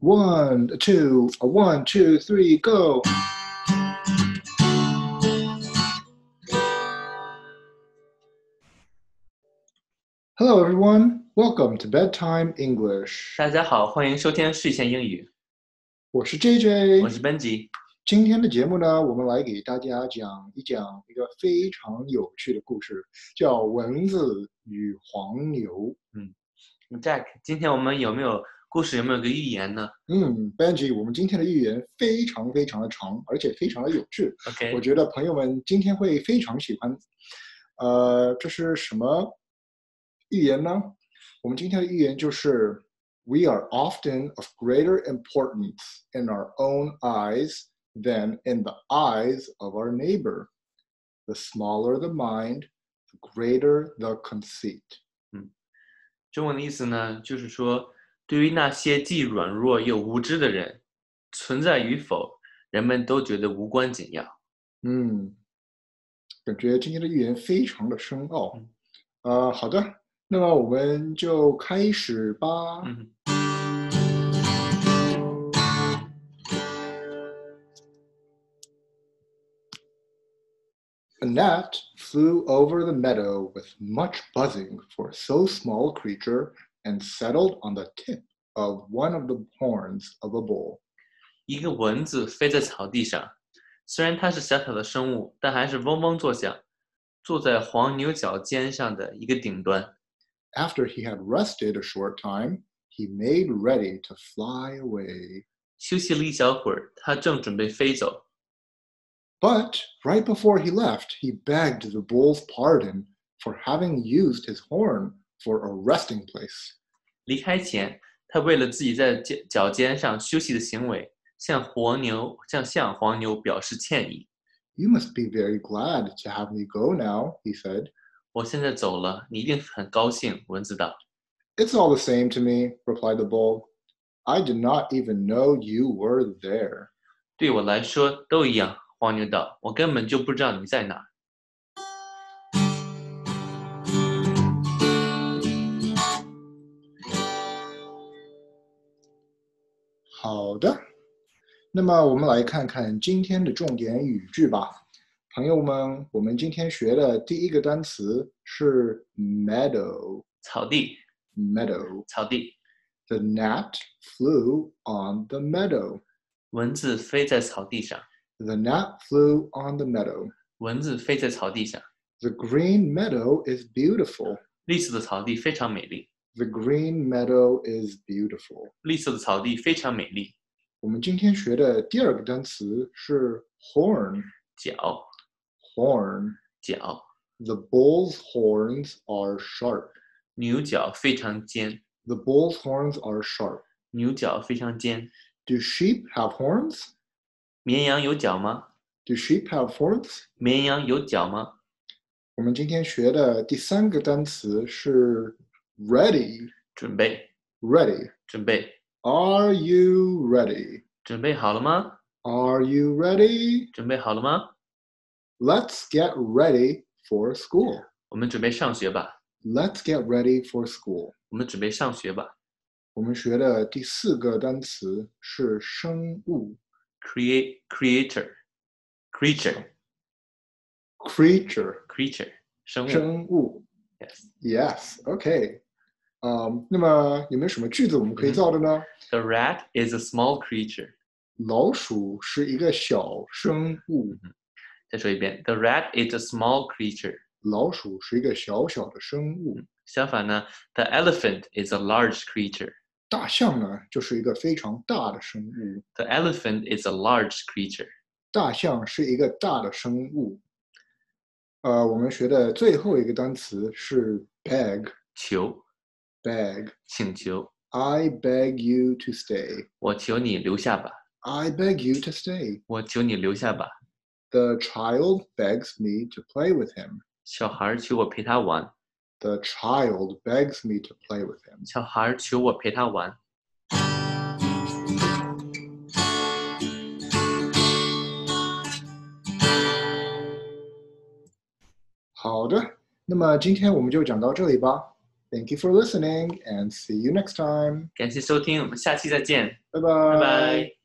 One, two, a one, two, three, go. Hello, everyone. Welcome to Bedtime English. 大家好，欢迎收听睡前英语，我是我 JJ。是班级。今天的节目呢，我们来给大家讲一讲一个非常有趣的故事，叫《蚊子与黄牛》。 Jack，今天我们有没有故事？有没有个寓言呢嗯，Benji，我们今天的寓言非常非常的长，而且非常的有趣。 ？OK，我觉得朋友们今天会非常喜欢。呃，这是什么寓言呢？我们今天的寓言就是：We are often of greater importance in our own eyes than in the eyes of our neighbor. The smaller the mind, the greater the conceit. 中文的意思呢，就是说，对于那些既软弱又无知的人，存在与否，人们都觉得无关紧要。嗯，感觉今天的寓言非常的深奥嗯。呃，好的，那么我们就开始吧。嗯 A gnat flew over the meadow with much buzzing for so small a creature and settled on the tip of one of the horns of a bull. 一个蚊子飞在草地上，虽然它是小小的生物，但还是嗡嗡作响，坐在黄牛角尖上的一个顶端。 After he had rested a short time, he made ready to fly away. 休息了一小会儿，它正准备飞走， But right before he left, he begged the bull's pardon for having used his horn for a resting place. 离开前，他为了自己在尖脚尖上休息的行为，向黄牛向向黄牛表示歉意。 You must be very glad to have me go now, he said. 我现在走了，你一定很高兴。蚊子道 It's all the same to me, replied the bull. I did not even know you were there.：“ 对我来说都一样。”黄牛道：“我根本就不知道你在哪儿。好的，那么我们来看看今天的重点语句吧，朋友们，我们今天学的第一个单词是 meadow。草地， meadow. 草地， The gnat flew on the meadow. 蚊子飞在草地上， The gnat flew on the meadow. 蚊子飞在草地上。 The green meadow is beautiful. 绿色的草地非常美丽， The green meadow is beautiful. 绿色的草地非常美丽。我们今天学的第二个单词是 horn。脚， horn. 脚， The bull's horns are sharp. 牛角非常尖， The bull's horns are sharp. 牛角非常尖。 Do sheep have horns? 绵羊有角吗？ Do sheep have horns? 绵羊有角吗？我们今天学的第三个单词是 ready. 准备， Ready. 准备， Are you ready? 准备好了吗？ Are you ready? 准备好了吗？ Let's get ready for school. 我们准备上学吧， Let's get ready for school. 我们准备上学吧。我们学的第四个单词是生物 Create creator creature （creature）， creature 生物生物。 Yes. Yes, OK。嗯，那么有没有什么句子我们可以嗯造的呢？ The rat is a small creature。老鼠是一个小生物，再说一遍，The rat is a small creature。老鼠是一个小小的生物。相反呢，The elephant is a large creature。大象呢，就是一个非常大的生物。 The elephant is a large creature。大象是一个大的生物。呃，我们学的最后一个单词是 beg 求， beg。请求， I beg you to stay. 我求你留下吧， I beg you to stay. 我求你留下吧。 The child begs me to play with him. 小孩儿求我陪他玩， The child begs me to play with him. 小孩儿求我陪他玩。好的，那么今天我们就讲到这里吧。 Thank you for listening and see you next time. 感谢收听，我们下期再见， Bye 拜 bye. 拜。